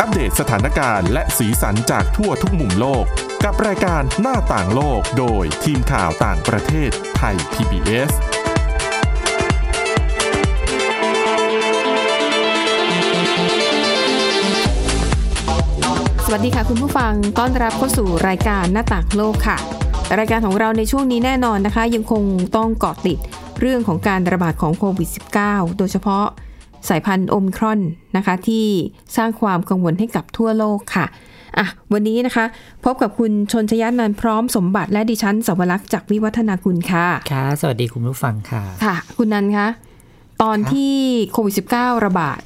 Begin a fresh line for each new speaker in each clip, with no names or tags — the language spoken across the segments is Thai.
อัปเดตสถานการณ์และสีสันจากทั่วทุกมุมโลก กับรายการหน้าต่างโลกโดยทีมข่าวต่างประเทศไทย PBS
สวัสดีค่ะคุณผู้ฟังต้อนรับเข้าสู่รายการหน้าต่างโลกค่ะ รายการของเราในช่วงนี้แน่นอนนะคะ ยังคงต้องเกาะติดเรื่องของการระบาดของโควิด -19 โดยเฉพาะสายพันธุ์โอมครอนนะคะ ที่สร้างความกังวลให้กับทั่วโลกค่ะอ่ะ วันนี้นะคะ พบกับคุณชนชยานันท์พร้อมสมบัติและดิฉันสวรักษ์จากวิวัฒนาคุณค่ะ
ค่ะ สวัสดีคุณผู้ฟังค่ะ
ค่ะ คุณนันคะตอนที่โควิด -19 ระบาด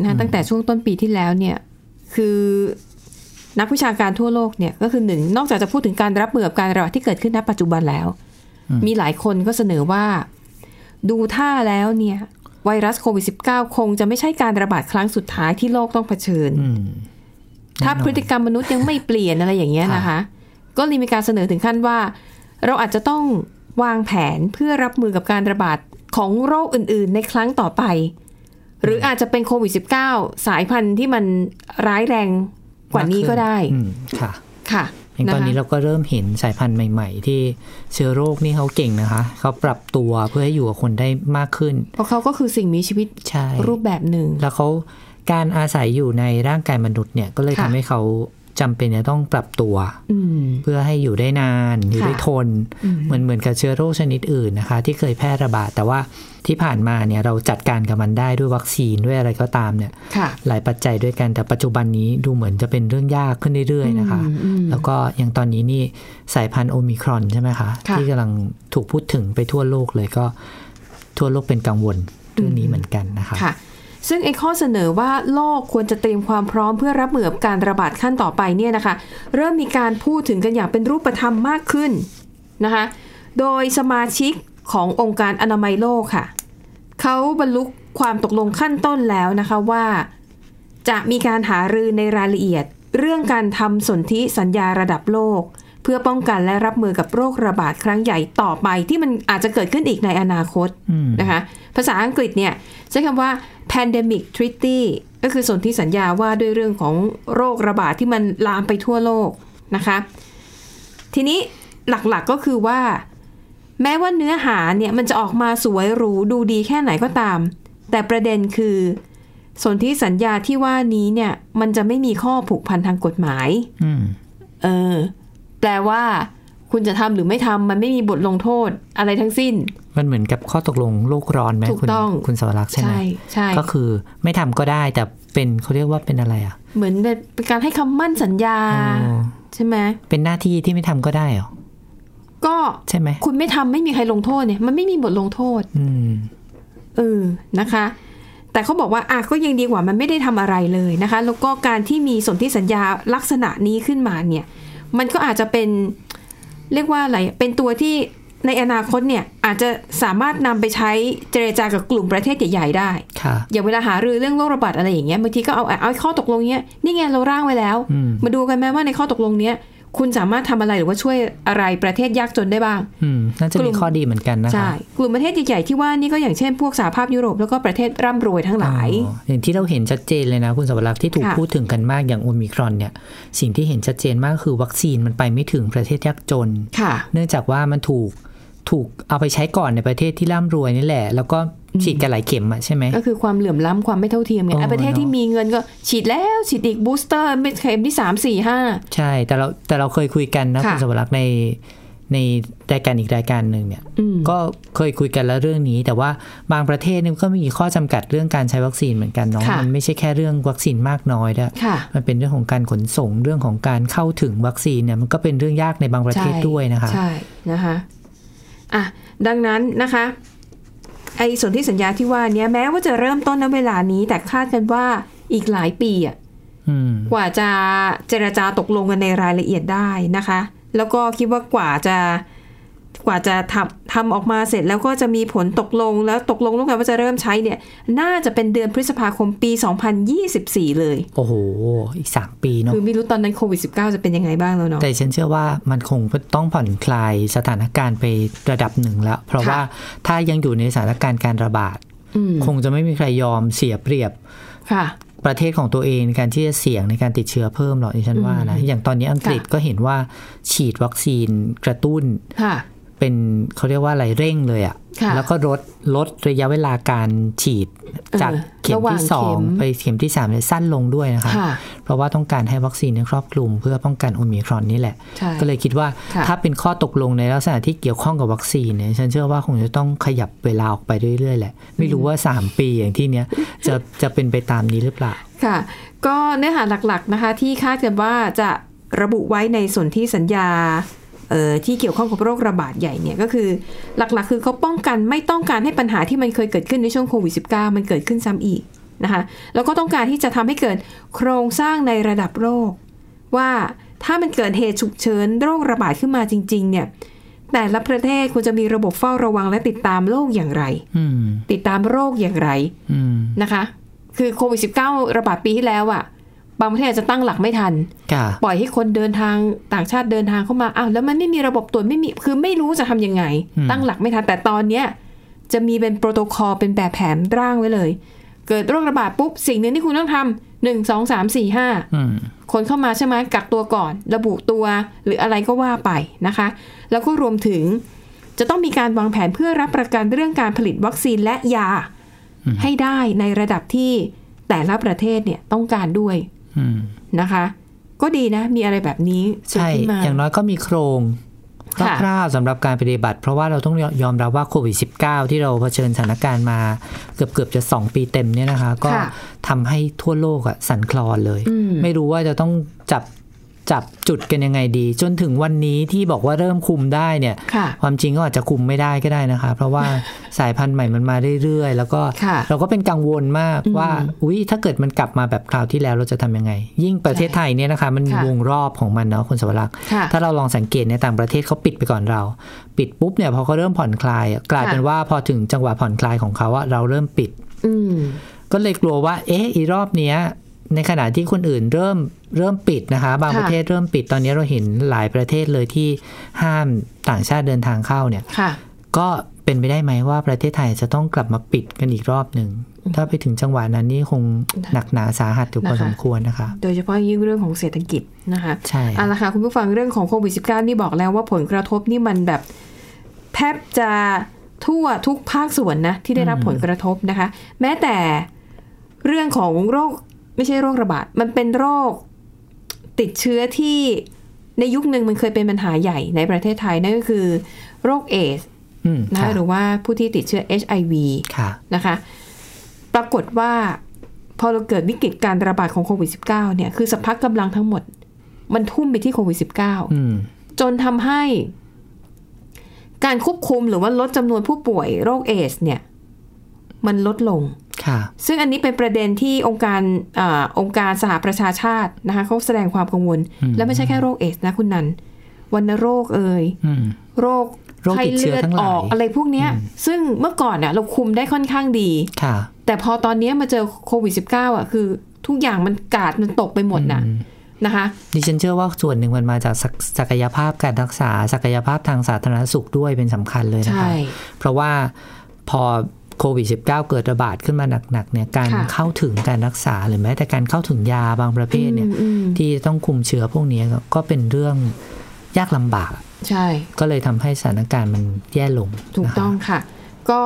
นะตั้งแต่ช่วงต้นปีที่แล้วเนี่ยคือนักวิชาการทั่วโลกเนี่ยก็คือหนึ่งนอกจากจะพูดถึงการรับมือกับการระบาดที่เกิดขึ้นณปัจจุบันแล้ว มีหลายคนก็เสนอว่า ดูท่าแล้วเนี่ยไวรัสโควิด -19 คงจะไม่ใช่การระบาดครั้งสุดท้ายที่โลกต้องเผชิญ
อืม
ถ้าพฤติกรรมมนุษย์ยังไม่เปลี่ยนอะไรอย่างเงี้ยนะคะ ก็เลยมีการเสนอถึงขั้นว่า เราอาจจะต้องวางแผนเพื่อรับมือกับการระบาดของโรคอื่นๆ ในครั้งต่อไป หรืออาจจะเป็นโควิด -19 สายพันธุ์ที่มันร้ายแรงกว่านี้ก็ได้
อืม ค่ะ
ค่ะ
อย่างตอน
ะ
นี้
คะ
เราก็เริ่มเห็นสายพันธุ์ใหม่ ๆ ที่เชื้อโรคนี่เขาเก่งนะคะ เขาปรับตัวเพื่อให้อยู่กับคนได้มากขึ้น
เพราะเขาก็คือสิ่งมีชีวิต
ใช่
รูปแบบหนึ่ง
แล้วเขาการอาศัยอยู่ในร่างกายมนุษย์เนี่ย ก็เลย
ค่ะ
ทำให้เขาจำเป็นจะต้องปรับตัว
อืม
เพื่อให้อยู่ได้นานอยู่ได้ทน เหมือนเหมือนกับเชื้อโรคชนิดอื่นนะคะ ที่เคยแพร่ระบาดแต่ว่าที่ผ่านมาเนี่ยเราจัดการกับมันได้ด้วยวัคซีนด้วยอะไรก็ตามเนี่ย
ค่ะ
หลายปัจจัยด้วยกันแต่ปัจจุบันนี้ดูเหมือนจะเป็นเรื่องยากขึ้นเรื่อยๆนะคะ
อืมอืม
แล้วก็อย่างตอนนี้นี่สายพันธุ์โอมิครอนใช่ไหมคะ
ค่ะ
ที่กำลังถูกพูดถึงไปทั่วโลกเลยก็ทั่วโลกเป็นกังวลเรื่องนี้เหมือนกันนะคะ
ค่ะ ซึ่งไอ้ข้อเสนอว่าโลกควรจะเตรียมความพร้อมเพื่อรับมือกับการระบาดขั้นต่อไปเนี่ยนะคะ เริ่มมีการพูดถึงกันอย่างเป็นรูปธรรมมากขึ้นนะคะ โดยสมาชิกขององค์การอนามัยโลกค่ะ เขาบรรลุความตกลงขั้นต้นแล้วนะคะว่า จะมีการหารือในรายละเอียด เรื่องการทำสนธิสัญญาระดับโลก เพื่อป้องกันและรับมือกับโรคระบาดครั้งใหญ่ต่อไปที่มันอาจจะเกิดขึ้นอีกในอนาคต
อืม
นะคะ ภาษาอังกฤษเนี่ยใช้คำว่า pandemic treaty ก็คือสนธิสัญญาว่าด้วยเรื่องของโรคระบาดที่มันลามไปทั่วโลกนะคะ ทีนี้หลักๆก็คือว่า แม้ว่าเนื้อหาเนี่ยมันจะออกมาสวยหรูดูดีแค่ไหนก็ตาม แต่ประเด็นคือสนธิสัญญาที่ว่านี้เนี่ย มันจะไม่มีข้อผูกพันทางกฎหมาย
อืม
เออ แปลว่าคุณจะทำหรือไม่ทำมันไม่มีบทลงโทษอะไรทั้งสิ้น
มันเหมือนกับข้อตกลงโลกร้อนไหม
ถูก
คุณ
ต้อง
คุณสวรักษ์ใช่ไหม
ใช่
ก็คือไม่ทำก็ได้แต่เป็นเขาเรียกว่าเป็นอะไรอ่ะ
เหมือนเป็นการให้คำมั่นสัญญา
เออ
ใช่ไหม
เป็นหน้าที่ที่ไม่ทำก็ได้เหรอ
ก็
ใช่ไหม
คุณไม่ทำไม่มีใครลงโทษเนี่ยมันไม่มีบทลงโทษ
อืม
เออ นะคะ แต่เขาบอกว่าอ่ะก็ยังดีกว่ามันไม่ได้ทำอะไรเลยนะคะ แล้วก็การที่มีสนธิสัญญาลักษณะนี้ขึ้นมาเนี่ย มันก็อาจจะเป็นเรียกว่าอะไร เป็นตัวที่ในอนาคตเนี่ยอาจจะสามารถนำไปใช้เจรจากับกลุ่มประเทศใหญ่ๆได้
ค่ะ
อย่างเวลาหารือเรื่องโรคระบาดอะไรอย่างเงี้ยบางทีก็เอาเอาข้อตกลงเนี้ยนี่ไงเราร่างไว้แล้ว
อืม
มาดูกันไหมว่าในข้อตกลงเนี้ยคุณสามารถทำอะไรหรือว่าช่วยอะไรประเทศยากจนได้บ้าง
อืมน่าจะ
กลุ่
มี
ม
ข้อดีเหมือนกันนะคะ
ใช่ กลุ่มประเทศใหญ่ๆที่ว่านี่ก็อย่างเช่นพวกสหภาพยุโรปแล้วก็ประเทศร่ำรวยทั้งหลาย
อ๋ออย่างที่เราเห็นชัดเจนเลยนะคุณสวรักษ์ที่ถูก
ค่ะ
พูดถึงกันมากอย่างโอมิครอนเนี่ย สิ่งที่เห็นชัดเจนมากคือวัคซีนมันไปไม่ถึงประเทศยากจน
ค่ะ
เนื่องจากว่ามันถูกถูกเอาไปใช้ก่อนในประเทศที่ร่ำรวยนี่แหละ แล้วก็ฉีดกันหลายเข็มอะใช่ไหม
ก็คือความเหลื่อมล้ำความไม่เท่าเทียมไง
อ๋อ
ไอ้ประเทศ
เนอะ
ที่มีเงินก็ฉีดแล้วฉีดอีกบูสเตอร์เม็ดเข็มที่สามสี่ห้า
ใช่แต่เราแต่เราเคยคุยกันนะ
ค่ะ
คุณสวรักษ์ในในรายการอีกรายการหนึ่งเนี่ย
อืม
ก็เคยคุยกันแล้วเรื่องนี้ แต่ว่าบางประเทศเนี่ยก็มีข้อจำกัดเรื่องการใช้วัคซีนเหมือนกันเนาะ
ค่ะ
มันไม่ใช่แค่เรื่องวัคซีนมากน้อยด้วย
ค่ะ
มันเป็นเรื่องของการขนส่งเรื่องของการเข้าถึงวัคซีนเนี่ยมันก็เป็นเรื่องยากในบางประเทศ
ใช่
ด้วยนะคะ
ใช่นะคะอ่ะดังนั้นนะคะไอ้ส่วนที่สัญญาที่ว่าเนี้ยแม้ว่าจะเริ่มต้นณเวลานี้ แต่คาดกันว่าอีกหลายปีอ่ะ
อืม
กว่าจะเจรจาตกลงกันในรายละเอียดได้นะคะ แล้วก็คิดว่ากว่าจะกว่าจะทำทำออกมาเสร็จแล้วก็จะมีผลตกลงแล้วตกลงร่วมกันว่าจะเริ่มใช้เนี่ย น่าจะเป็นเดือนพฤษภาคมปี 2024 เลย
โอ้โห อีกสามปีเนาะ
คือไม่รู้ตอนนั้นโควิด -19 จะเป็นยังไงบ้างแล้วเนาะ
แต่ฉันเชื่อว่ามันคงต้องผ่อนคลายสถานการณ์ไประดับหนึ่งแล้ว เพราะ
ค่ะ
ว่าถ้ายังอยู่ในสถานการณ์การระบาด
อืม
คงจะไม่มีใครยอมเสียเปรียบ
ค่ะ
ประเทศของตัวเองในการที่จะเสี่ยงในการติดเชื้อเพิ่มหรอกดิฉันว่านะอย่างตอนนี้อังกฤษ
ค่ะ
ก็เห็นว่าฉีดวัคซีนกระตุ้น
ค่ะ
เป็นเขาเรียกว่าอะไรเร่งเลยอะ
ค่ะ
่ะ แล้วก็ลดลดระยะเวลาการฉีดจาก
เออ
เข็ม
ระหว่าง
ที่สอง
เข็ม
ไปเข็มที่สามเนี่ยสั้นลงด้วยนะคะ
ค่ะ
เพราะว่าต้องการให้วัคซีนเนี่ยครอบคลุมเพื่อป้องกันโอมิครอนนี่แหละ
ใช่
ก็เลยคิดว่า
ค่ะ
ถ้าเป็นข้อตกลงในลักษณะที่เกี่ยวข้องกับวัคซีนเนี่ยฉันเชื่อว่าคงจะต้องขยับเวลาออกไปเรื่อยๆแหละ ไม่รู้ว่า 3 ปีอย่างที่เนี้ยจะจะเป็นไปตามนี้หรือเปล่า
ค่ะ ก็เนื้อหาหลักๆนะคะ ที่คาดกันว่าจะระบุไว้ในส่วนที่สัญญาเอ่อที่เกี่ยวข้องกับโรคระบาดใหญ่เนี่ยก็คือหลักๆ คือเขาป้องกันไม่ต้องการให้ปัญหาที่มันเคยเกิดขึ้นในช่วงโควิด -19 มันเกิดขึ้นซ้ำอีกนะคะแล้วก็ต้องการที่จะทำให้เกิดโครงสร้างในระดับโลกว่าถ้ามันเกิดเหตุฉุกเฉินโรคระบาดขึ้นมาจริง ๆ เนี่ยแต่ละประเทศควรจะมีระบบเฝ้าระวังและติดตามโรคอย่างไร
อืม
ติดตามโรคอย่างไร
อืม
นะคะ คือโควิด -19 ระบาดปีที่แล้วอะบางประเทศอาจจะตั้งหลักไม่ทัน
ค่ะ
ปล่อยให้คนเดินทางต่างชาติเดินทางเข้ามา อ้าว แล้วมันไม่มีระบบตรวจไม่มี คือไม่รู้จะทำยังไง
อืม
ตั้งหลักไม่ทัน แต่ตอนเนี้ยจะมีเป็นโปรโตคอลเป็นแบบแผนร่างไว้เลย เกิดโรคระบาดปุ๊บ สิ่งหนึ่งที่คุณต้องทำหนึ่งสองสามสี่ห้า
อืม
คนเข้ามาใช่ไหมกักตัวก่อน ระบุตัวหรืออะไรก็ว่าไปนะคะ แล้วก็รวมถึงจะต้องมีการวางแผนเพื่อรับประกันเรื่องการผลิตวัคซีนและยา
อืม
ให้ได้ในระดับที่แต่ละประเทศเนี่ยต้องการด้วย
อืม
นะคะ ก็ดีนะ มีอะไรแบบนี้เกิด
ใช่
ขึ้นมา
อย่างน้อยก็มีโครง
ค่ะ
คร่าวๆสำหรับการปฏิบัติ เพราะว่าเราต้องยอมรับว่าโควิด -19 ที่เราเผชิญสถานการณ์มาเกือบเกือบๆจะ 2 ปีเต็มเนี่ยนะคะ ก็
ค่ะ
ทำให้ทั่วโลกอะสั่นคลอนเลย
อืม
ไม่รู้ว่าจะต้องจับจับจุดกันยังไงดี จนถึงวันนี้ที่บอกว่าเริ่มคุมได้เนี่ย
ค่ะ
ความจริงก็อาจจะคุมไม่ได้ก็ได้นะคะ เพราะว่า สายพันธุ์ใหม่มันมาเรื่อยๆ แล้วก็
ค่ะ
เราก็เป็นกังวลมาก
อืม
ว่าอุ๊ยถ้าเกิดมันกลับมาแบบคราวที่แล้วเราจะทำยังไง ยิ่งประเทศไทยเนี่ยนะคะ มันมี
ค่ะ
วงรอบของมันเนาะคุณสวรักษ์
ค่ะ
ถ้าเราลองสังเกตในยต่างประเทศเขาปิดไปก่อนเรา ปิดปุ๊บเนี่ยพอเขาเริ่มผ่อนคลายอะกลายเป็น
ค่ะ
ว่าพอถึงจังหวะผ่อนคลายของเขาอะเราเริ่มปิด
อืม
ก็เลยกลัวว่า เอ๊ะ อีรอบเนี้ย ในขณะที่คนอื่นเริ่มเริ่มปิดนะคะ บาง
ค่ะ
ประเทศเริ่มปิดตอนนี้เราเห็นหลายประเทศเลยที่ห้ามต่างชาติเดินทางเข้าเนี่ย
ค่ะ
ก็เป็นไปได้ไหมว่าประเทศไทยจะต้องกลับมาปิดกันอีกรอบหนึ่ง ถ้าไปถึงจังหวะนั้นนี่คงหนักหนาสาหัสอยู่พอ
นะคะ
สมควรนะคะ
โดยเฉพาะยิ่งเรื่องของเศรษฐกิจนะคะ
ใช่
เอาละค่ะคุณผู้ฟังเรื่องของโควิด -19 นี่บอกแล้วว่าผลกระทบนี่มันแบบแทบจะทั่วทุกภาคส่วนนะ ที่ได้รับผลกระทบนะคะ แม้แต่เรื่องของโรคไม่ใช่โรคระบาด มันเป็นโรคติดเชื้อที่ในยุคหนึ่งมันเคยเป็นปัญหาใหญ่ในประเทศไทย นั่นก็คือโรคเอดส
อืม
นะคะ
ค่ะ
หรือว่าผู้ที่ติดเชื้อ HIV
ค่ะ
นะคะ ปรากฏว่าพอเราเกิดวิกฤตการระบาดของโควิด -19 เนี่ย คือสภาพกำลังทั้งหมด มันทุ่มไปที่โควิด
อืม
-19 จนทำให้ การควบคุมหรือว่าลดจำนวนผู้ป่วยโรคเอส เนี่ย มันลดลง
ค่ะ
ซึ่งอันนี้เป็นประเด็นที่องค์การอาองค์การสหประชาชาตินะคะเขาแสดงความกังวล
อืม
และไม่ใช่แค่โรคเอส นะคุณนันวันโรคเอ่ย
อืม
โรค
โรค
ไข้
ติดเชื้
เลือ
อ
ด
ทั้ง
อ
หลาย
อกอะไรพวกเนี้ย ซึ่งเมื่อก่อนน่ะเราคุมได้ค่อนข้างดี
ค่ะ
แต่พอตอนเนี้ยมาเจอโควิด -19 อ่ะคือทุกอย่างมันกาดมันตกไปหมดน่ะนะคะ
ดิฉันเชื่อว่าส่วนหนึ่งมันมาจากศักศักยภาพการรักษา ศักยภาพทางสาธารณสุขด้วยเป็นสำคัญเลยนะคะ
ใช่
เพราะว่าพอโควิด -19 เกิดระบาดขึ้นมาหนักๆเนี่ยการ
ค่ะ
เข้าถึงการรักษาหรือแม้แต่การเข้าถึงยาบางประเภทเนี่ย
อืมอืม
ที่ต้องคุมเชื้อพวกนี้ก็ก็เป็นเรื่องยากลำบาก
ใช่
ก็เลยทำให้สถานการณ์มันแย่ลง
ถูก
นะคะ
ต้องค่ะ ก็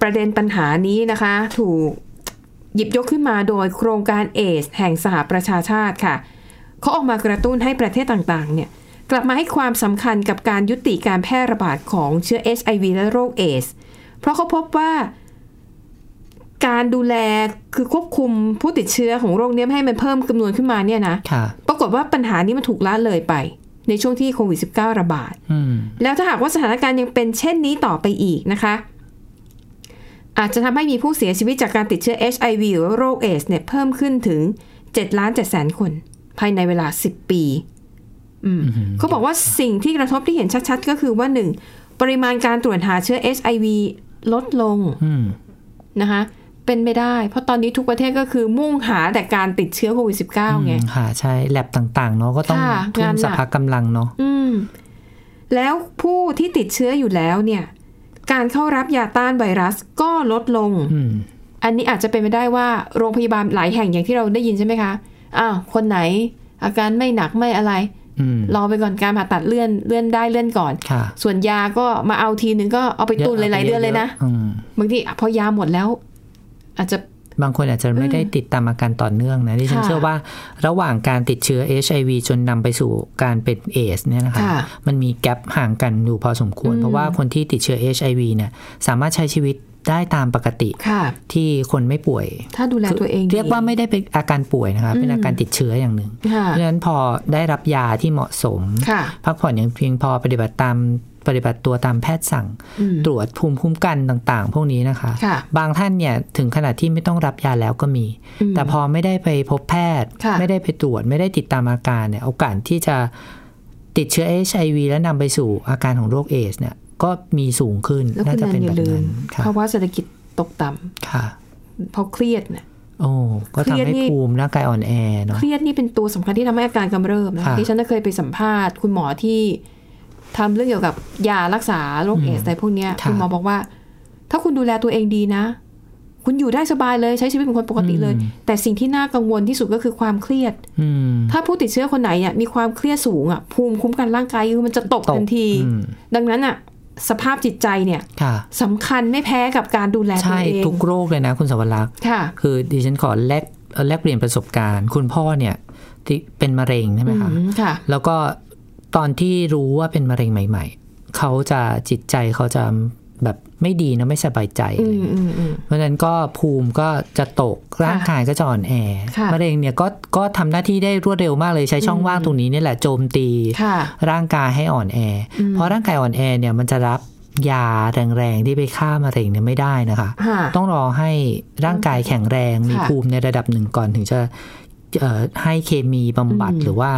ประเด็นปัญหานี้นะคะ ถูกหยิบยกขึ้นมาโดยโครงการเอสแห่งสหประชาชาติค่ะ เขาออกมากระตุ้นให้ประเทศต่างๆ เนี่ย กลับมาให้ความสำคัญกับการยุติการแพร่ระบาดของเชื้อ HIV และโรคเอส เพราะเขาพบว่า การดูแลคือควบคุมผู้ติดเชื้อของโรคเนี้ยไม่ให้มันเพิ่มจำนวนขึ้นมาเนี่ยนะ
ค่ะ
ปรากฏว่าปัญหานี้มันถูกละเลยไป ในช่วงที่โควิด -19 ระบาด
อืม
แล้วถ้าหากว่าสถานการณ์ยังเป็นเช่นนี้ต่อไปอีกนะคะ อาจจะทำให้มีผู้เสียชีวิตจากการติดเชื้อ HIV หรือว่าโรคเอสเนี่ยเพิ่มขึ้นถึง7ล้าน7แสนคน ภายในเวลา 10 ปีอืมเขาบอกว่าสิ่งที่กระทบที่เห็นชัดๆ ก็คือว่า 1. ปริมาณการตรวจหาเชื้อ HIV ลดลง
อืม
นะคะ เป็นไม่ได้ เพราะตอนนี้ทุกประเทศก็คือมุ่งหาแต่การติดเชื้อโควิด -19 ไง
อืมค่ะ ใช่แลบต่างๆเนาะก็ต้อง
ค่ะ
ทุ่
งาม นหนัก
สรรพกำลังเนาะ
อืม แล้วผู้ที่ติดเชื้ออยู่แล้วเนี่ย การเข้ารับยาต้านไวรัสก็ลดลง
อืม
อันนี้อาจจะเป็นไปได้ว่าโรงพยาบาลหลายแห่งอย่างที่เราได้ยินใช่ไหมคะอ้าวคนไหน อาการไม่หนักไม่อะไร
อืม
รอไปก่อนการผ่าตัดเลื่อนเลื่อนได้เลื่อนก่อน
ค่ะ
ส่วนยาก็มาเอาทีนึงก็เอาไปตุนหลายๆเดือนเลยนะ
อืม
บางทีพอยาหมดแล้ว อาจจะ
บางคนอาจจะไม่ได้ติดตามอาการต่อเนื่องนะที่ฉัน
ค่ะ
เชื่อว่าระหว่างการติดเชื้อ HIV จนนำไปสู่การเป็นเอสเนี่ยนะคะ
ค่ะ
มันมีแกลบห่างกันอยู่พอสมควร
อืม
เพราะว่าคนที่ติดเชื้อ HIV เนี่ยสามารถใช้ชีวิตได้ตามปกติ
ค่ะ
ที่คนไม่ป่วย
ถ้าดูแลตัวเองดี
เรียกว่าไม่ได้เป็นอาการป่วยนะคะเป็นอาการติดเชื้ออย่างหนึ่ง
ค่ะ
เพราะฉะนั้นพอได้รับยาที่เหมาะสม
ค่ะ
พักผ่อนอย่างเพียงพอปฏิบัติตามปฏิบัติตัวตามแพทย์สั่ง
อืม
ตรวจภูมิคุ้มกันต่าง ๆ พวกนี้นะคะ
ค่ะ
บางท่านเนี่ยถึงขนาดที่ไม่ต้องรับยาแล้วก็มี
อืม
แต่พอไม่ได้ไปพบแพทย์
ค่ะ
ไม่ได้ไปตรวจไม่ได้ติดตามอาการเนี่ยโอกาสที่จะติดเชื้อ HIV และนำไปสู่อาการของโรคเอดสเนี่ยก็มีสูงขึ้น
แล้ว
น่า
คุณ
จะ
นั
เป็น
นอ
แบ
ย่า
บ
ลืม
นั้นค่ะ
ภาวะเศรษฐกิจตกต่ำ
ค่ะ
เพราะเครียดเนี่ย
โอ้ก็
เค
ทำ
รียด
ให้
นี่
ภูมิร่างกายอ่อนแอเนาะ
เครียดนี่เป็นตัวสำคัญที่ทำให้อาการกำเริบนะ
ค่ะ
ที่ฉันน่ะเคยไปสัมภาษณ์ คุณหมอที่ทำเรื่องเกี่ยวกับยารักษาโรคเอดส์อะไรพวกเนี้ย
ค่ะ
คุณหมอบอกว่า ถ้าคุณดูแลตัวเองดีนะ คุณอยู่ได้สบายเลยใช้ชีวิตเป็นคนปกติเลย
อืม
แต่สิ่งที่น่ากังวลที่สุดก็คือความเครียด
อืม
ถ้าผู้ติดเชื้อคนไหนเนี่ยมีความเครียดสูงอ่ะภูมิคุ้มกันร่างกายคือมันจะตก
ตก
ทันที
อืม
ดังนั้นอ่ะสภาพจิตใจเนี่ย
ค่ะ
สำคัญไม่แพ้กับการดูแลตัว
ใช่
เอง
ทุกโรคเลยนะคุณสวรรค์
ค่ะ
คือดิฉันขอแลกเอ่อแลกเปลี่ยนประสบการณ์ คุณพ่อเนี่ยที่เป็นมะเร็งใช่ไหมคะ
อืมค่ะ
แล้วก็ตอนที่รู้ว่าเป็นมะเร็งใหม่ ๆ เขาจะจิตใจเขาจะแบบไม่ดีนะไม่สบายใจอะ
อื
ไร
ม
เงี้ย
อืมอืม
เพราะฉะนั้นก็ภูมิก็จะตกร่างกายก็จะอ่อนแอ
ค่ะ
มะเร็งเนี่ยก็ก็ทำหน้าที่ได้รวดเร็วมากเลยใช้ช่องว่างตรงนี้เนี่ยแหละโจมตี
ค่ะ
ร่างกายให้อ่อนแออเพราะร่างกายอ่อนแอเนี่ยมันจะรับยาแรงๆที่ไปฆ่ามะเร็งเนี่ยไม่ได้นะคะ
ค่ะ
ต้องรอให้ร่างกายแข็งแรงมี
ค่ะ
ภูมิในระดับหนึ่งก่อนถึงจะเอ่อให้เคมีบำบัด
อืม
หรือว่า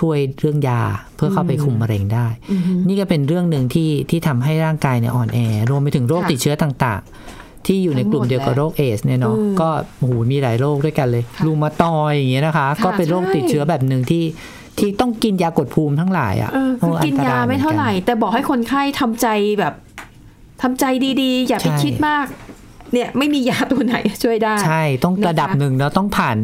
ช่วยเรื่องยาเพื่อเข้าไปคุมมะเร็งได้
อืม
นี่ก็เป็นเรื่องหนึ่งที่ที่ทำให้ร่างกายเนี่ยอ่อนแอ รวมไปถึงโรค
ค่ะ
ติดเชื้อต่างๆ ที่อยู่ในกลุ่มเดียวกับโรคเอดสเนี่ยเนาะ
อืม
ก็โอ้โหมีหลายโรคด้วยกันเลย
ค่ะ
รูมาตอยอย่างเงี้ยนะคะ
ค่ะ
ก็เป็นโรค
ใช่
ติดเชื้อแบบหนึ่งที่ที่ต้องกินยากดภูมิทั้งหลายอ่ะ
เออคือกิน
โอัต
ยาไม่เท่าไหร่
อนกัน
แต่บอกให้คนไข้ทำใจแบบทำใจดีๆ อย่าไป
ใช่
คิดมาก เนี่ยไม่มียาตัวไหน ช่วยได้
ใช่ต้อง
นะคะ
ระดับหนึ่งเราต้องผ่าน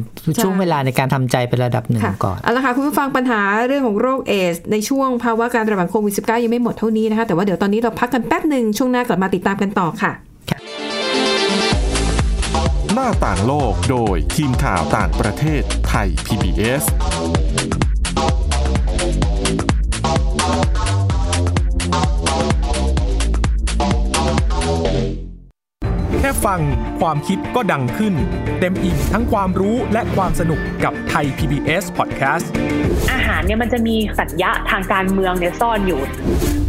ช่วงเวลาในการทำใจเป็นระดับหนึ่ง
ค่ะ
ก่อน
เอาละค่ะคุณผู้ฟังปัญหาเรื่องของโรคเอดสในช่วงภาวะการระบาดโควิด -19 ยังไม่หมดเท่านี้นะคะ แต่ว่าเดี๋ยวตอนนี้เราพักกันแป๊บหนึ่งช่วงหน้ากลับมาติดตามกันต่อค่ะ
หน้าต่างโลกโดยทีมข่าวต่างประเทศไทย PBS
แค่ฟังความคิดก็ดังขึ้น เต็มอิ่งทั้งความรู้และความสนุกกับไทย PBS Podcast
อาหารเนี่ยมันจะมีสัญญะทางการเมืองเนี่ยซ่อนอยู่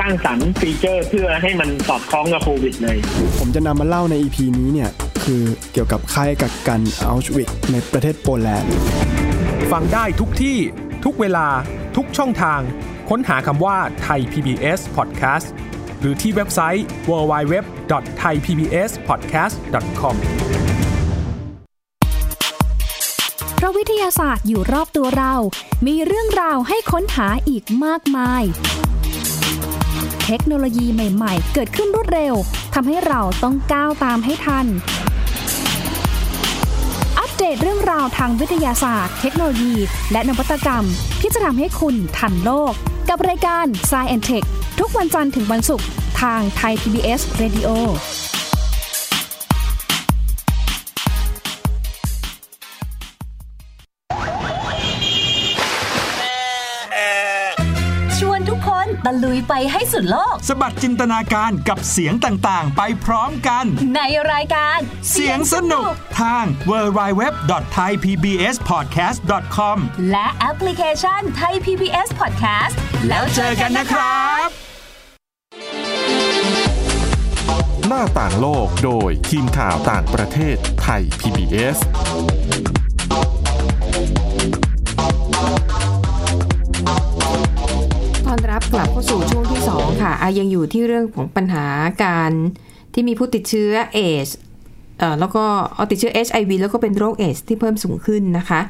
สร้างสรรค์ฟีเจอร์เพื่อให้มันสอดคล้องกับโควิดเลย
ผมจะนำมาเล่าใน EP นี้เนี่ย คือเกี่ยวกับค่ายกักกันอัลชวิกในประเทศโปแลนด์
ฟังได้ทุกที่ ทุกเวลา ทุกช่องทาง ค้นหาคำว่าไทย PBS Podcast หรือที่เว็บไซต์ www.thaipbspodcast.com
เพราะวิทยาศาสตร์อยู่รอบตัวเรา มีเรื่องราวให้ค้นหาอีกมากมาย เทคโนโลยีใหม่ ๆ เกิดขึ้นรวดเร็ว ทำให้เราต้องก้าวตามให้ทัน อัปเดตเรื่องราวทางวิทยาศาสตร์ เทคโนโลยี และนวัตกรรม ที่จะทำให้คุณทันโลก กับรายการ s c i e n t e c h ทุกวันจันทร์ถึงวันศุกร์ทางไทย PBS Radio
ชวนทุกคนตะลุยไปให้สุดโลก
สะบัดจินตนาการกับเสียงต่างๆ ไปพร้อมกัน
ในรายการ
เสียงสนุกทาง www.thaipbspodcast.com
และแอปพลิเคชันไทย PBS Podcast
แล้วเจอกันนะครับ
หน้าต่างโลกโดยทีมข่าวต่างประเทศไทย PBS
ต้อนรับกลับเข้าสู่ช่วงที่ 2 ค่ะอ่ะ ยังอยู่ที่เรื่องของปัญหาการที่มีผู้ติดเชื้อเอชเอ่อแล้วก็เอาติดเชื้อ HIV แล้วก็เป็นโรคเอชที่เพิ่มสูงขึ้นนะคะ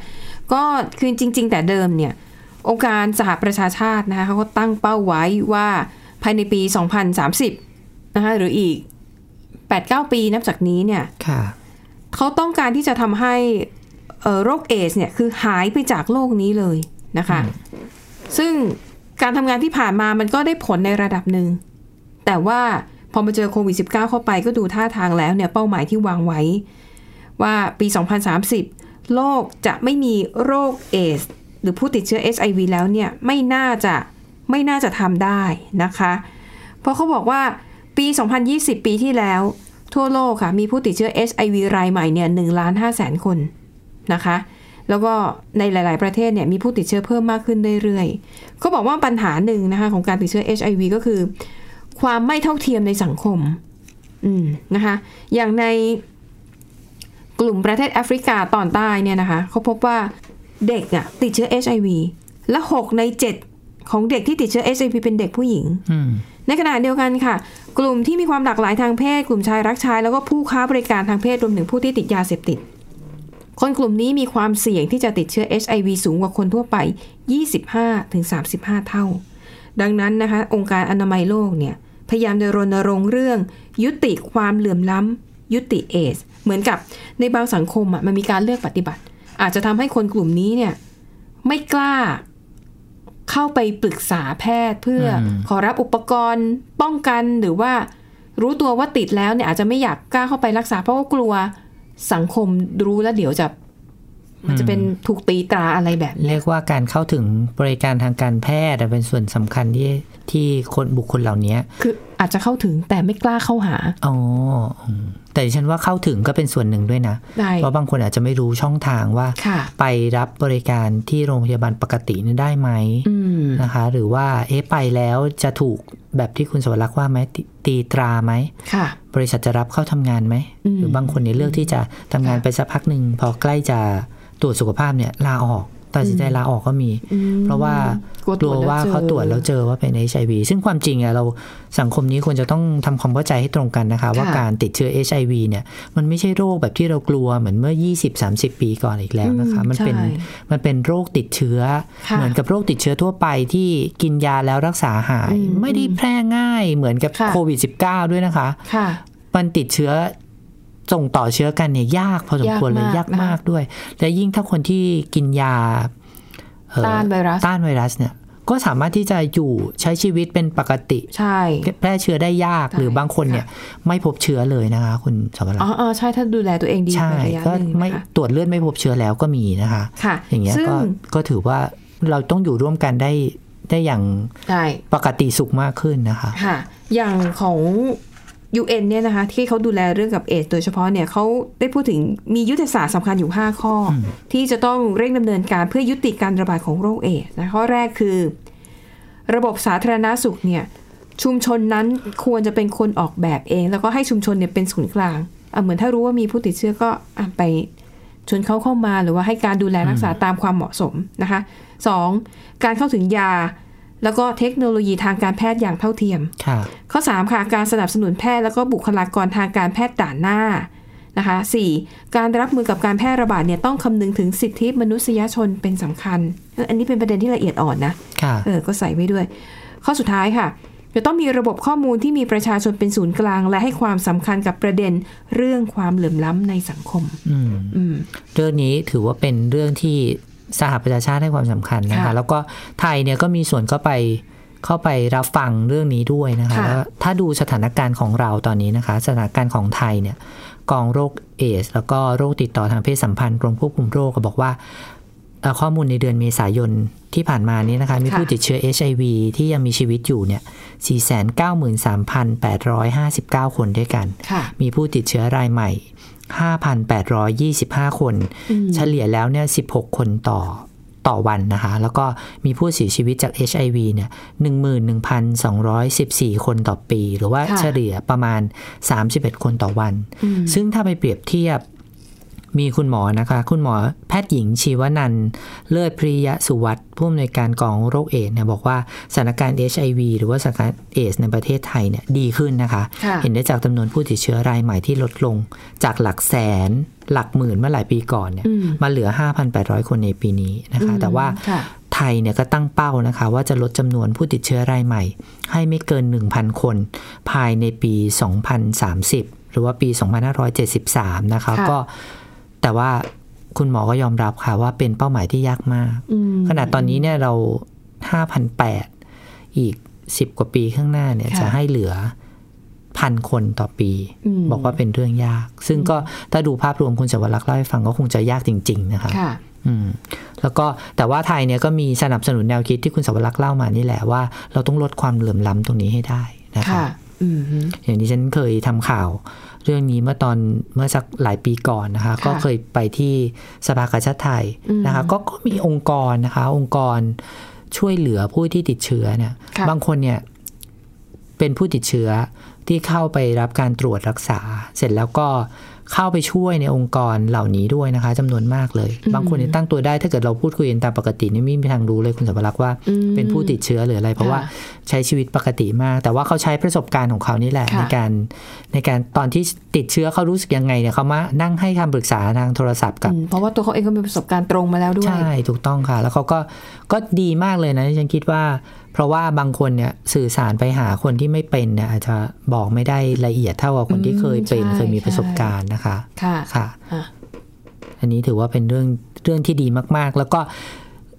ก็คือจริง ๆ แต่เดิมเนี่ย องค์การสหประชาชาตินะคะเขาก็ตั้งเป้าไว้ว่าภายในปี 2030 นะคะหรืออีก 8-9 ปีนับจากนี้เนี่ย
ค่ะ
เขาต้องการที่จะทำให้เอ่อโรคเอดสเนี่ยคือหายไปจากโลกนี้เลยนะคะ ซึ่งการทำงานที่ผ่านมามันก็ได้ผลในระดับหนึ่ง แต่ว่าพอมาเจอโควิด -19 เข้าไปก็ดูท่าทางแล้วเนี่ยเป้าหมายที่วางไว้ ว่าปี 2030 โลกจะไม่มีโรคเอดสหรือผู้ติดเชื้อ HIV แล้วเนี่ยไม่น่าจะไม่น่าจะทำได้นะคะ เพราะเขาบอกว่าปี 2020 ปีที่แล้ว ทั่วโลกค่ะ มีผู้ติดเชื้อ HIV รายใหม่เนี่ย1ล้าน5แสนคนนะคะ แล้วก็ในหลาย ๆ ประเทศเนี่ยมีผู้ติดเชื้อเพิ่มมากขึ้นเรื่อยๆเขาบอกว่าปัญหาหนึ่งนะคะของการติดเชื้อ HIV ก็คือ ความไม่เท่าเทียมในสังคม อืมนะคะ อย่างในกลุ่มประเทศแอฟริกาตอนใต้เนี่ยนะคะเขาพบว่าเด็กอะติดเชื้อ HIV และ 6 ใน 7 ของเด็กที่ติดเชื้อ HIV เป็นเด็กผู้หญิง
อืม
ในขณะเดียวกันค่ะ กลุ่มที่มีความหลากหลายทางเพศ กลุ่มชายรักชาย แล้วก็ผู้ค้าบริการทางเพศรวมถึงผู้ที่ติดยาเสพติด คนกลุ่มนี้มีความเสี่ยงที่จะติดเชื้อ HIV สูงกว่าคนทั่วไป 25-35 เท่า ดังนั้นนะคะ องค์การอนามัยโลกเนี่ย พยายามจะรณรงค์เรื่อง ยุติความเหลื่อมล้ำ ยุติเอส เหมือนกับในบางสังคมอ่ะมันมีการเลือกปฏิบัติ อาจจะทำให้คนกลุ่มนี้เนี่ยไม่กล้า เข้าไปปรึกษาแพทย์เพื่ออ
ม
ขอรับอุปกรณ์ป้องกันหรือว่ารู้ตัวว่าติดแล้วเนี่ยอาจจะไม่อยากกล้าเข้าไปรักษาเพราะว่ากลัวสังคมรู้แล้วเดี๋ยวจะมันจะเป็นถูกตีตราอะไรแบบนี้
เรียกว่าการเข้าถึงบริการทางการแพทย์เป็นส่วนสำคัญที่ที่คนบุคคลเหล่านี้
คืออาจจะเข้าถึงแต่ไม่กล้าเข้าหา
อ๋ออืมแต่ดิฉันว่าเข้าถึงก็เป็นส่วนหนึ่งด้วยนะ
ได้
เพราะบางคนอาจจะไม่รู้ช่องทางว่า
ค่ะ
ไปรับบริการที่โรงพยาบาลปกติเนี่ยได้ไหม
อืม
นะคะ หรือว่าเอ๊ะไปแล้วจะถูกแบบที่คุณสวรักษ์ว่าไหมตตีตราไหม
ค่ะ
บริษัทจะรับเข้าทำงานไหม
อืม
หรือบางคนเนี่ยเลือกที่จะทำงานไปสักพักหนึ่งพอใกล้จะตรวจสุขภาพเนี่ยลาออกตัดสินใจลาออกก็มี
อืม
เพราะว่าก
ลัวต
ก
ร
ลั
วจแล้
วว่า
จอ
เขาตรวจแล้วเจอว่าเป็น HIV ซึ่งความจริงอะเราสังคมนี้ควรจะต้องทำความเข้าใจให้ตรงกันนะคะ ว่าการติดเชื้อ HIV เนี่ยมันไม่ใช่โรคแบบที่เรากลัวเหมือนเมื่อ 20-30 ปีก่อนอีกแล้วนะคะ
อืม
มันเป็น
ใช่
มันเป็นโรคติดเชื้อ
ค่ะ
เหมือนกับโรคติดเชื้อทั่วไปที่กินยาแล้วรักษาหาย ไม่ได้แพร่ง่ายเหมือนกับโควิด -19 ด้วยนะคะ
ค่ะ
มันติดเชื้อส่งต่อเชื้อกันเนี่ยยากพอสมควรเลย
ยากมาก
ยากมากด้วย และยิ่งถ้าคนที่กินยาเอ่อ
ต้านไวรัส
ต้านไวรัสเนี่ย ก็สามารถที่จะอยู่ใช้ชีวิตเป็นปกติ
ใช่
แพร่เชื้อได้ยาก
ได้
หรือบางคนเนี่ยไม่พบเชื้อเลยนะคะ คุณสมรัก
อ๋ออ๋อใช่ถ้าดูแลตัวเองดี
ใช่
ในระยะ
ก็
หนึ่ง
ไม่
นะคะ
ตรวจเลือดไม่พบเชื้อแล้วก็มีนะคะ
ค่ะ
อย่างเงี้ย
ซึ่ง
ก็ก็ถือว่าเราต้องอยู่ร่วมกันได้ได้อย่าง
ได้
ปกติสุขมากขึ้นนะคะ
ค่ะ อย่างของ UN เนี่ยนะคะ ที่เขาดูแลเรื่องกับเอดส์โดยเฉพาะเนี่ยเขาได้พูดถึงมียุทธศาสตร์สำคัญอยู่ 5 ข้ออที่จะต้องเร่งดำเนินการเพื่อยุติการระบาดของโรคเอดส์นะข้อแรกคือ ระบบสาธารณาสุขเนี่ยชุมชนนั้นควรจะเป็นคนออกแบบเอง แล้วก็ให้ชุมชนเนี่ยเป็นศูนย์กลางอ่ะเหมือนถ้ารู้ว่ามีผู้ติดเชื้อก็อ่ะไปชวนเขาเข้ามาหรือว่าให้การดูแลรักษาตามความเหมาะสมนะคะสองการเข้าถึงยา แล้วก็เทคโนโลยีทางการแพทย์อย่างเท่าเทียม
ค่ะ
ข้อ 3 ค่ะ การสนับสนุนแพทย์แล้วก็บุคลากรทางการแพทย์ด่านหน้านะคะ4การรับมือกับการแพร่ระบาดเนี่ยต้องคำนึงถึงสิทธิมนุษยชนเป็นสำคัญเอออันนี้เป็นประเด็นที่ละเอียดอ่อนนะ
ค่ะ
เออ ก็ใส่ไว้ด้วย ข้อสุดท้ายค่ะ จะต้องมีระบบข้อมูลที่มีประชาชนเป็นศูนย์กลาง และให้ความสำคัญกับประเด็นเรื่องความเหลื่อมล้ำในสังคม
อืม
อืม
เรื่องนี้ถือว่าเป็นเรื่องที่สหประชาชาติให้ความสำคัญนะคะ
ค่ะ
แล้วก็ไทยเนี่ยก็มีส่วนเข้าไปเข้าไปรับฟังเรื่องนี้ด้วยนะคะ
ค่ะ
แล้วถ้าดูสถานการณ์ของเราตอนนี้นะคะ สถานการณ์ของไทยเนี่ยกองโรคเอส แล้วก็โรคติดต่อทางเพศสัมพันธ์กรมควบคุมโรคก็บอกว่าเอ่อข้อมูลในเดือนเมษายนที่ผ่านมานี้นะคะ มีผู้ติดเชื้อ HIV ที่ยังมีชีวิตอยู่เนี่ย 493,859 คนด้วยกัน
ค่ะ
มีผู้ติดเชื้อรายใหม่ 5,825 คน
อืม
เฉลี่ยแล้วเนี่ย 16 คนต่อ ต่อวันนะคะ แล้วก็มีผู้เสียชีวิตจาก HIV เนี่ย11,214 คนต่อปี หรือว่า
ค่ะ
เฉลี่ยประมาณ 31 คนต่อวัน
อืม
ซึ่งถ้าไปเปรียบเทียบ มีคุณหมอนะคะ คุณหมอแพทย์หญิงชีวนันท์เลิศพริยสุวัตผู้อำนวยการกองโรคเอดส์เนี่ยบอกว่าสถานการณ์ HIV หรือว่าสถานการณ์เอดส์ในประเทศไทยเนี่ยดีขึ้นนะคะ
ค่ะ
เห็นได้จากจำนวนผู้ติดเชื้อรายใหม่ที่ลดลงจากหลักแสน หลักหมื่นเมื่อหลายปีก่อนเนี่ย
อืม
มาเหลือ 5,800 คนในปีนี้นะคะ
อืม
แต่ว่า
ค่ะ
ไทยเนี่ยก็ตั้งเป้านะคะ ว่าจะลดจำนวนผู้ติดเชื้อรายใหม่ ให้ไม่เกิน 1,000 คน ภายในปี 2030 หรือว่าปี 2573 นะคะ
ค่ะ
ก็แต่ว่าคุณหมอก็ยอมรับค่ะว่าเป็นเป้าหมายที่ยากมาก
อืม
ขนาดตอนนี้เนี่ยเรา 5,800 อีก 10 กว่าปีข้างหน้าเนี่ย
ค่ะ
จะให้เหลือพันคนต่อปี
อืม
บอกว่าเป็นเรื่องยาก ซึ่งก็ถ้าดูภาพรวมคุณสวรักษ์เล่าให้ฟังก็คงจะยากจริง ๆ นะคะ
ค่ะ
อืมแล้วก็แต่ว่าไทยเนี่ยก็มีสนับสนุนแนวคิดที่คุณสวรักษ์เล่ามานี่แหละว่าเราต้องลดความเหลื่อมล้ำตรงนี้ให้ได้นะคะ
ค่ะ อืม
อย่างที่ฉันเคยทำข่าวเรื่องนี้เมื่อตอนเมื่อสักหลายปีก่อนนะคะ ก็เคยไปที่สภากาชาติไทยนะคะ
อืม
ก็ก็มีองค์กรนะคะ องค์กรช่วยเหลือผู้ที่ติดเชื้อเนี่ย
ค่ะ
บางคนเนี่ยเป็นผู้ติดเชื้อที่เข้าไปรับการตรวจรักษา เสร็จแล้วก็เข้าไปช่วยในองค์กรเหล่านี้ด้วยนะคะจำนวนมากเลย บางคนเนี่ยตั้งตัวได้ถ้าเกิดเราพูดคุยกันตามปกตินี่ไม่มีทางรู้เลยคุณสัมรักษ์ว่า
อืม
เป็นผู้ติดเชื้อหรืออะไร เพราะว่า
ค่ะ
ใช้ชีวิตปกติมาก แต่ว่าเขาใช้ประสบการณ์ของเขานี่แหละ
ค่ะ
ในการในการตอนที่ติดเชื้อเขารู้สึกยังไงเนี่ยเขามานั่งให้คำปรึกษาทางโทรศัพท์กับ
อืมเพราะว่าตัวเขาเองก็มีประสบการณ์ตรงมาแล้วด้วย
ใช่ถูกต้องค่ะ แล้วเขาก็ก็ดีมากเลยนะที่ฉันคิดว่า เพราะว่าบางคนเนี่ยสื่อสารไปหาคนที่ไม่เป็นเนี่ยอาจจะบอกไม่ได้ละเอียดเท่ากับคนที่เคยเป็น
อืมใช่
เคยมีประสบการณ์นะคะ
ค่ะ
ค่ะ
อ่ะ
อันนี้ถือว่าเป็นเรื่องเรื่องที่ดีมาก ๆ แล้วก็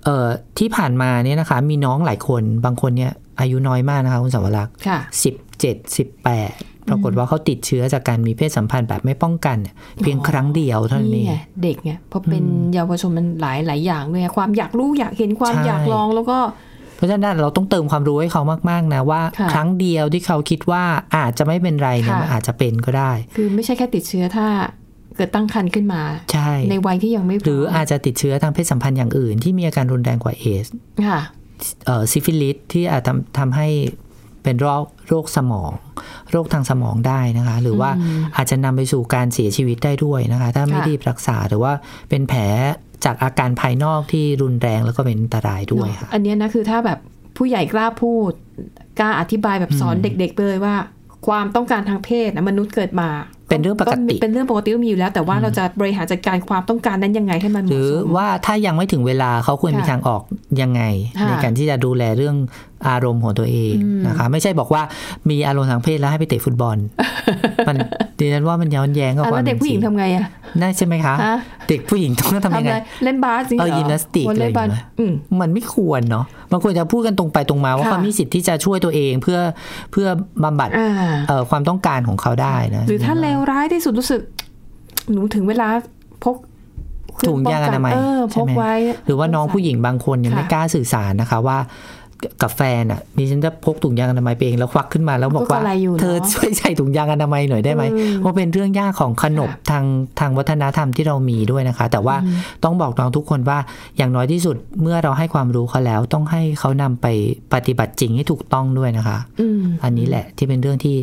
เอ่อที่ผ่านมาเนี่ยนะคะ มีน้องหลายคนบางคนเนี่ยอายุน้อยมากนะคะคุณสาวรักษ์
ค่ะ
สิบเจ็ดสิบแปดปรากฏว่าเขาติดเชื้อจากการมีเพศสัมพันธ์แบบไม่ป้องกันเนี่ยเพียงครั้งเดียวเท่านั้นเอ
นี่
ง
ไงเด็กไงพอเป็นเยาวชนมันหลายหลายอย่างเลยไงความอยากรู้อยากเห็นความ
ใช่
อยากลองแล้วก็
เพราะฉะนั้นเราต้องเติมความรู้ให้เขามาก ๆ นะว่า
ค่ะ
ครั้งเดียวที่เขาคิดว่าอาจจะไม่เป็นไรเนี่ย
ค่ะ
มันอาจจะเป็นก็ได้
คือไม่ใช่แค่ติดเชื้อถ้าเกิดตั้งครรภ์ขึ้นมา
ใช่
ในวัยที่ยังไม่พ
หรืออาจจะติดเชื้อทางเพศสัมพันธ์อย่างอื่น ที่มีอาการรุนแรงกว่าเอส
ค่ะ
เอ่อซิฟิลิสที่อาจทำทำให้เป็นโรคโรคสมอง โรคทางสมองได้นะคะ หรือว่า
อืม
อาจจะนำไปสู่การเสียชีวิตได้ด้วยนะคะ ถ้าไม่
ค่ะ
รีบรักษาหรือว่าเป็นแผลจากอาการภายนอกที่รุนแรงแล้วก็เป็นอันตรายด้วย
เน
ค่ะ
อะอันเนี้ยนะคือถ้าแบบผู้ใหญ่กล้าพูดกล้าอธิบายแบบสอน
อืม
เด็ก ๆ เลยว่า ความต้องการทางเพศนะมนุษย์เกิดมา
เป็นเรื่องปกติ
มีเป็นเรื่องปกติต้องมีอยู่แล้ว แต่ว่าเราจะบริหารจัดการความต้องการนั้นยังไงให้มันเห
ห
มาะ
รือ
สม
ว่าถ้ายังไม่ถึงเวลาเขาควร
ค่ะ
มีทางออกยังไง
ค่ะ
ในการที่จะดูแลเรื่องอารมณ์ของตัวเอง
อืม
นะคะ ไม่ใช่บอกว่ามีอารมณ์ทางเพศแล้วให้ไปเตะฟุตบอล มัน ดิฉันว่ามันย้อนแย้งกับ
อ่ะ
ควา
แล้
ม
วเด็กผู้หญิง
จริ
ทำไงอ่ะ
น่าใช่ไหมคะ
ฮะ
เด็กผู้หญิงต้องทำ
ทำ
ยั
อะ
งไง
ไรเล่นบาสจริงเหร
เอ
อ
อยิมนาสติก
วอลเลย์บาส
อะไรอย่างเงี้ย
อืม
มันไม่ควรเนาะมันควรจะพูดกันตรงไปตรงมาว่า
ค่ะ
เขามีสิทธิ์ที่จะช่วยตัวเองเพื่อเพื่อบำบัด
อ่า
เอ่อความต้องการของเขาได้นะ
หรือถ้าเลวร้ายที่สุดรู้สึก หนูถึงเวลาพกเครื่
ถุงยางอนามัย
เออพ
ใช่
ก
ไหม
ไว้
หรือว่าน้องผู้หญิงบางคนยัง
ค่ะ
ไม่กล้าสื่อสารนะคะว่า กับแฟนอ่ะดิฉันจะพกถุงยางอนามัยไปเองแล้วควักขึ้นมาแล้วบอกว่า
ก็กระไรอยู่เนอะ
เธอช่วยใส่ถุงยางอนามัยหน่อยได้ไหม
อืม
เพราะเป็นเรื่องยากของขนบทางทางวัฒนธรรมที่เรามีด้วยนะคะ แต่ว่า
อืม
ต้องบอกน้องทุกคนว่าอย่างน้อยที่สุดเมื่อเราให้ความรู้เขาแล้วต้องให้เขานำไปปฏิบัติจริงให้ถูกต้องด้วยนะคะ
อืม
อันนี้แหละที่เป็นเรื่องที่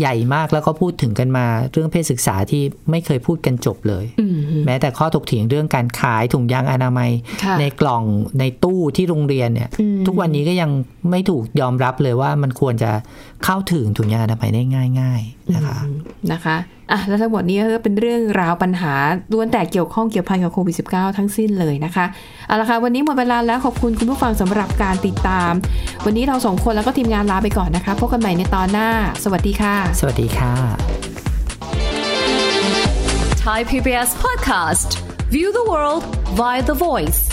ใหญ่มากแล้วก็พูดถึงกันมาเรื่องเพศศึกษาที่ไม่เคยพูดกันจบเลย
อืม
แม้แต่ข้อถกเถียงเรื่องการขายถุงยางอนามัย
ค่ะ
ในกล่องในตู้ที่โรงเรียนเนี่ย
อืม
ทุกวันนี้ก็ยังไม่ถูกยอมรับเลยว่ามันควรจะเข้าถึงถุงยางอนามัยได้ง่าย ๆนะคะ
นะคะอ่ะแล้วทั้งหมดนี้ก็เป็นเรื่องราวปัญหาล้วนแต่เกี่ยวข้องเกี่ยวพันกับโควิด -19 ทั้งสิ้นเลยนะคะเอาละค่ะวันนี้หมดเวลาแล้วขอบคุณคุณผู้ฟังสำหรับการติดตาม วันนี้เราสองคนแล้วก็ทีมงานลาไปก่อนนะคะพบกันใหม่ในตอนหน้า สวัสดีค่ะ
สวัสดีค่ะ
Thai PBS podcast. View the world via the voice.